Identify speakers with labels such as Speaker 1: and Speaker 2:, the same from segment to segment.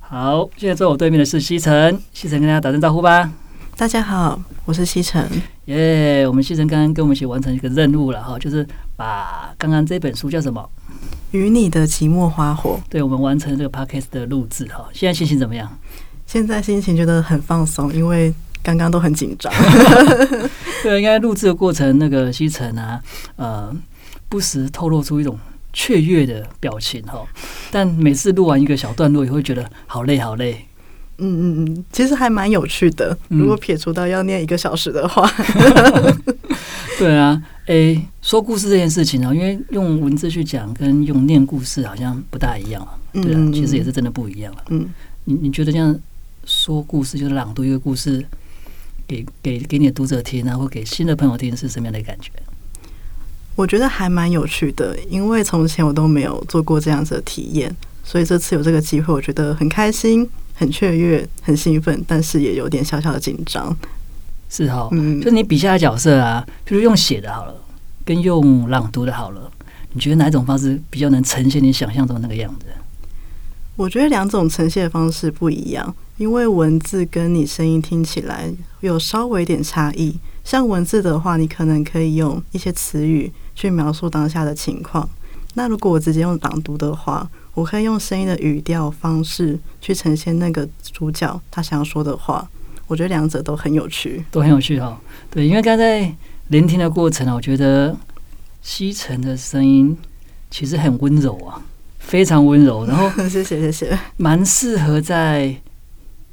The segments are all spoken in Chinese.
Speaker 1: 好，现在坐我对面的是西城，西城跟大家打声招呼吧。
Speaker 2: 大家好，我是西城。
Speaker 1: 耶、我们西城刚刚跟我们一起完成一个任务了哈，就是把刚刚这本书叫什么？
Speaker 2: 与你的寂寞花火，
Speaker 1: 对，我们完成这个 podcast 的录制哈。现在心情怎么样？
Speaker 2: 现在心情觉得很放松，因为刚刚都很紧张。
Speaker 1: 对，应该录制的过程，那个西城啊，呃，不时透露出一种雀跃的表情哈。但每次录完一个小段落，也会觉得好累好累。
Speaker 2: 嗯嗯嗯，其实还蛮有趣的。
Speaker 1: 嗯
Speaker 2: 如果撇除到要念一个小时的话，
Speaker 1: 对啊，诶、说故事这件事情啊，因为用文字去讲跟用念故事好像不大一样啊。对啊
Speaker 2: 嗯，，
Speaker 1: 其实也是真的不一样啊了。
Speaker 2: 嗯，
Speaker 1: 你你觉得这样说故事，就是朗读一个故事给给给你的读者听啊，或给新的朋友听，是什么样的感觉？
Speaker 2: 我觉得还蛮有趣的，因为从前我都没有做过这样子的体验，所以这次有这个机会，我觉得很开心、很雀跃、很兴奋，但是也有点小小的紧张。
Speaker 1: 是哈、
Speaker 2: 嗯
Speaker 1: 就是你笔下的角色啊，比如用写的好了，跟用朗读的好了，你觉得哪一种方式比较能呈现你想象中的那个样子？
Speaker 2: 我觉得两种呈现方式不一样，因为文字跟你声音听起来有稍微一点差异。像文字的话，你可能可以用一些词语去描述当下的情况。那如果我直接用朗读的话，我可以用声音的语调方式去呈现那个主角他想要说的话。我觉得两者都很有趣。
Speaker 1: 都很有趣哈、哦。对，因为刚才聆听的过程啊，我觉得西城的声音其实很温柔啊，非常温柔，然后
Speaker 2: 谢谢谢谢，
Speaker 1: 蛮适合在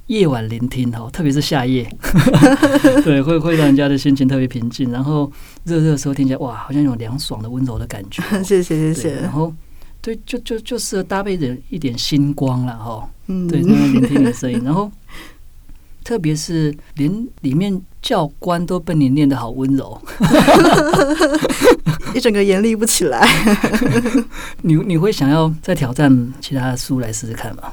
Speaker 1: 夜晚聆听 哦，特别是夏夜，对，会会让人家的心情特别平静。然后热热的时候听起来，哇，好像有凉爽的温柔的感觉哦、
Speaker 2: 谢谢 谢
Speaker 1: 对然
Speaker 2: 谢。
Speaker 1: 后对，就就就适合搭配着一点星光了哦。
Speaker 2: 嗯，
Speaker 1: 对，在那边聆听你的声音，然后。特别是连里面教官都被你念得好温柔，
Speaker 2: 一整个严厉不起来。
Speaker 1: 你你会想要再挑战其他的书来试试看吗？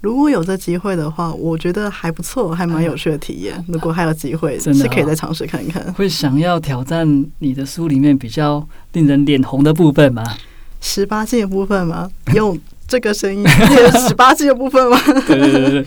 Speaker 2: 如果有这机会的话，我觉得还不错，还蛮有趣的体验。如果还有机会，
Speaker 1: 嗯真的
Speaker 2: 是可以
Speaker 1: 哦
Speaker 2: 再尝试看看。
Speaker 1: 会想要挑战你的书里面比较令人脸红的部分吗？
Speaker 2: 十八禁的部分 吗？用这个声音念十八禁的部分吗？
Speaker 1: 对对对对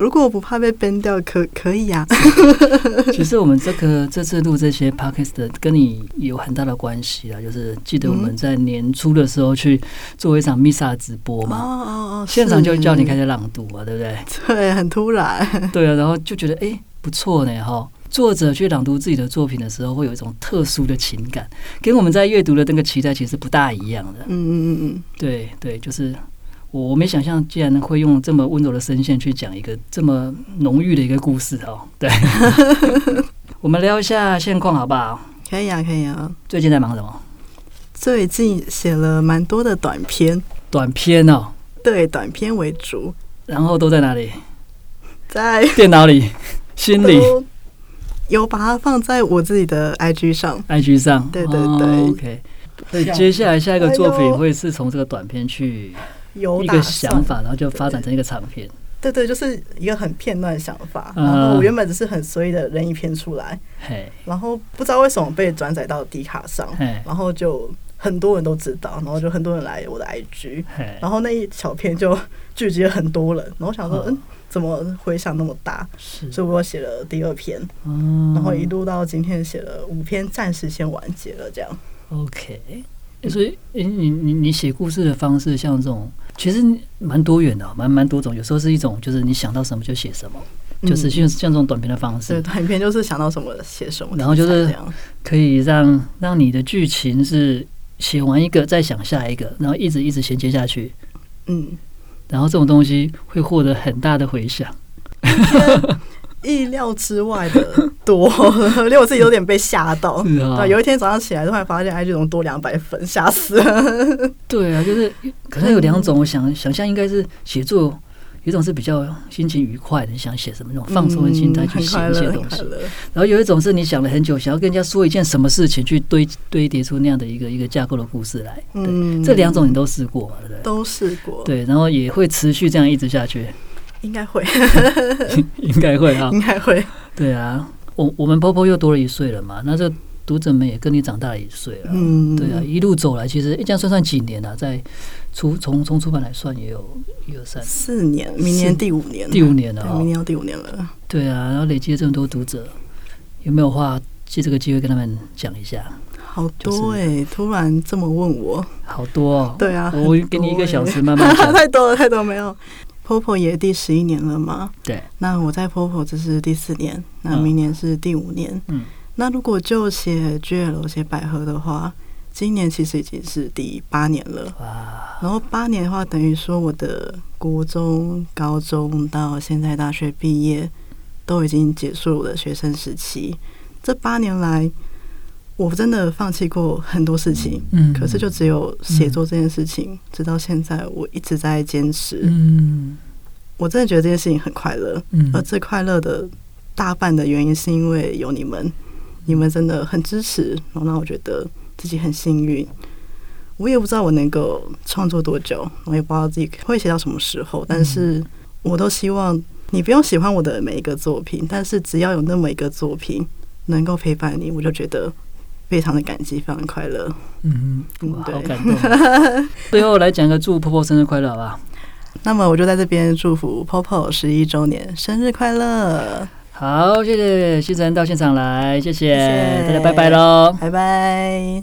Speaker 2: 如果我不怕被 ban 掉，可可以啊呀、
Speaker 1: 对， 其实我们这个这次录这些 podcast 的跟你有很大的关系啊，就是记得我们在年初的时候去做一场 Misa 直播
Speaker 2: 哦
Speaker 1: 嘛，
Speaker 2: 哦哦，
Speaker 1: 现场就叫你开
Speaker 2: 始。
Speaker 1: 始朗读嘛，对不对？
Speaker 2: 对，很突然。
Speaker 1: 对啊，然后就觉得诶不错呢哈。作者去朗读自己的作品的时候，会有一种特殊的情感，跟我们在阅读的那个期待其实不大一样的。
Speaker 2: 嗯嗯嗯嗯，
Speaker 1: 对对，就是我我没想象，竟然会用这么温柔的声线去讲一个这么浓郁的一个故事哦。对， 我们聊一下现况好不好？
Speaker 2: 可以呀、可以呀、
Speaker 1: 最近在忙什么？
Speaker 2: 最近写了蛮多的短篇，
Speaker 1: 短片哦，
Speaker 2: 对，短篇为主，
Speaker 1: 然后都在哪里？
Speaker 2: 在
Speaker 1: 电脑里、心里、
Speaker 2: 都 有把它放在我自己的 IG 上。
Speaker 1: IG 上。
Speaker 2: 对对对
Speaker 1: o k 所以接下来下一个作品会是从这个短片去
Speaker 2: 有
Speaker 1: 一
Speaker 2: 打
Speaker 1: 个
Speaker 2: 算
Speaker 1: 想法，然后就发展成一个长片。
Speaker 2: 对对，就是一个很片段的想法。
Speaker 1: 嗯
Speaker 2: 然后我原本只是很随意的扔一篇出来，
Speaker 1: 嘿，
Speaker 2: 然后不知道为什么被转载到 D 卡上
Speaker 1: 嘿，
Speaker 2: 然后就很多人都知道，然后就很多人来我的 IG，
Speaker 1: 嘿，
Speaker 2: 然后那一小片就聚集了很多人，然后我想说，
Speaker 1: 嗯
Speaker 2: 嗯，怎么回响那么大？
Speaker 1: 是，
Speaker 2: 所以我写了第二篇，
Speaker 1: 嗯
Speaker 2: 然后一路到今天写了五篇，暂时先完结了这样。
Speaker 1: OK，欸所以欸你你你写故事的方式，像这种其实蛮多元的哦，蛮蛮多种。有时候是一种，就是你想到什么就写什么，就是像像这种短篇的方
Speaker 2: 嗯对，
Speaker 1: 式，
Speaker 2: 短篇就是想到什么写什么，
Speaker 1: 然后就是
Speaker 2: 这样。
Speaker 1: 可以让让你的剧情是写完一个再想下一个，然后一直一直衔接下去。
Speaker 2: 嗯，
Speaker 1: 然后这种东西会获得很大的回响， 嗯
Speaker 2: 意料之外的多，连我自己有点被吓到。
Speaker 1: 是啊
Speaker 2: 对，，哦有一天早上起来，突然发现 IG 怎么多两百粉，吓死了。
Speaker 1: 对啊，就是可能有两种，我想想象应该是写作，有一种是比较心情愉快的，你想写什么那种放松的心态
Speaker 2: 嗯
Speaker 1: 去写
Speaker 2: 很
Speaker 1: 一
Speaker 2: 快
Speaker 1: 些
Speaker 2: 乐
Speaker 1: 东
Speaker 2: 很快
Speaker 1: 西，
Speaker 2: 乐
Speaker 1: 然后有一种是你想了很久，想要跟人家说一件什么事情，去堆堆叠出那样的一个一个架构的故事来。对，
Speaker 2: 嗯
Speaker 1: 这两种你都试过嘛，对不对？
Speaker 2: 都试过，
Speaker 1: 对，然后也会持续这样一直下去，
Speaker 2: 应该会，
Speaker 1: 应该会啊。
Speaker 2: 应该会。
Speaker 1: 对啊，我我们 Popo 又多了一岁了嘛，那这读者们也跟你长大一岁了，
Speaker 2: 嗯，
Speaker 1: 对啊，，一路走来，其实诶这样算算几年了、啊在出从从出版来算也有一二三
Speaker 2: 四年，明年
Speaker 1: 四
Speaker 2: 第五年，
Speaker 1: 第五年了
Speaker 2: 对
Speaker 1: 哈、
Speaker 2: 明年要第五年了。
Speaker 1: 对啊，然后累积了这么多读者，有没有话借这个机会跟他们讲一下？
Speaker 2: 好
Speaker 1: 就
Speaker 2: 多
Speaker 1: 是
Speaker 2: 哎、突然这么问我，
Speaker 1: 好多哦，
Speaker 2: 对啊，
Speaker 1: 我
Speaker 2: 很
Speaker 1: 给你一
Speaker 2: 多
Speaker 1: 个
Speaker 2: 欸
Speaker 1: 小 时慢慢讲。
Speaker 2: 太多了，太多没有。Popo 也第十一年了嘛，
Speaker 1: 对，
Speaker 2: 那我在 Popo 这是第四年，那
Speaker 1: 嗯
Speaker 2: 明年是第五年。
Speaker 1: 嗯，
Speaker 2: 那如果就写 GL 写百合的话，今年其实已经是第八年了。
Speaker 1: 哇，
Speaker 2: 然后八年的话，等于说我的国中、高中到现在大学毕业，都已经结束了我的学生时期。这八年来，我真的放弃过很多事情，
Speaker 1: 嗯，
Speaker 2: 可是就只有写作这件事情，直到现在我一直在坚持。
Speaker 1: 嗯
Speaker 2: 我真的觉得这件事情很快乐，
Speaker 1: 嗯
Speaker 2: 而最快乐的大半的原因是因为有你们，你们真的很支持，然后让我觉得自己很幸运。我也不知道我能够创作多久，我也不知道自己会写到什么时候，
Speaker 1: 嗯
Speaker 2: 但是我都希望你不用喜欢我的每一个作品，但是只要有那么一个作品能够陪伴你，我就觉得非常的感激，非常地快乐。
Speaker 1: 嗯，
Speaker 2: 嗯
Speaker 1: 哇，
Speaker 2: 对
Speaker 1: 好感动 哦。最后来讲个祝婆婆生日快乐好不好？
Speaker 2: 那么我就在这边祝福 Popo 十一周年生日快乐，
Speaker 1: 好，谢谢西城到现场来，谢谢
Speaker 2: 谢谢
Speaker 1: 大家，拜拜喽。
Speaker 2: 拜拜。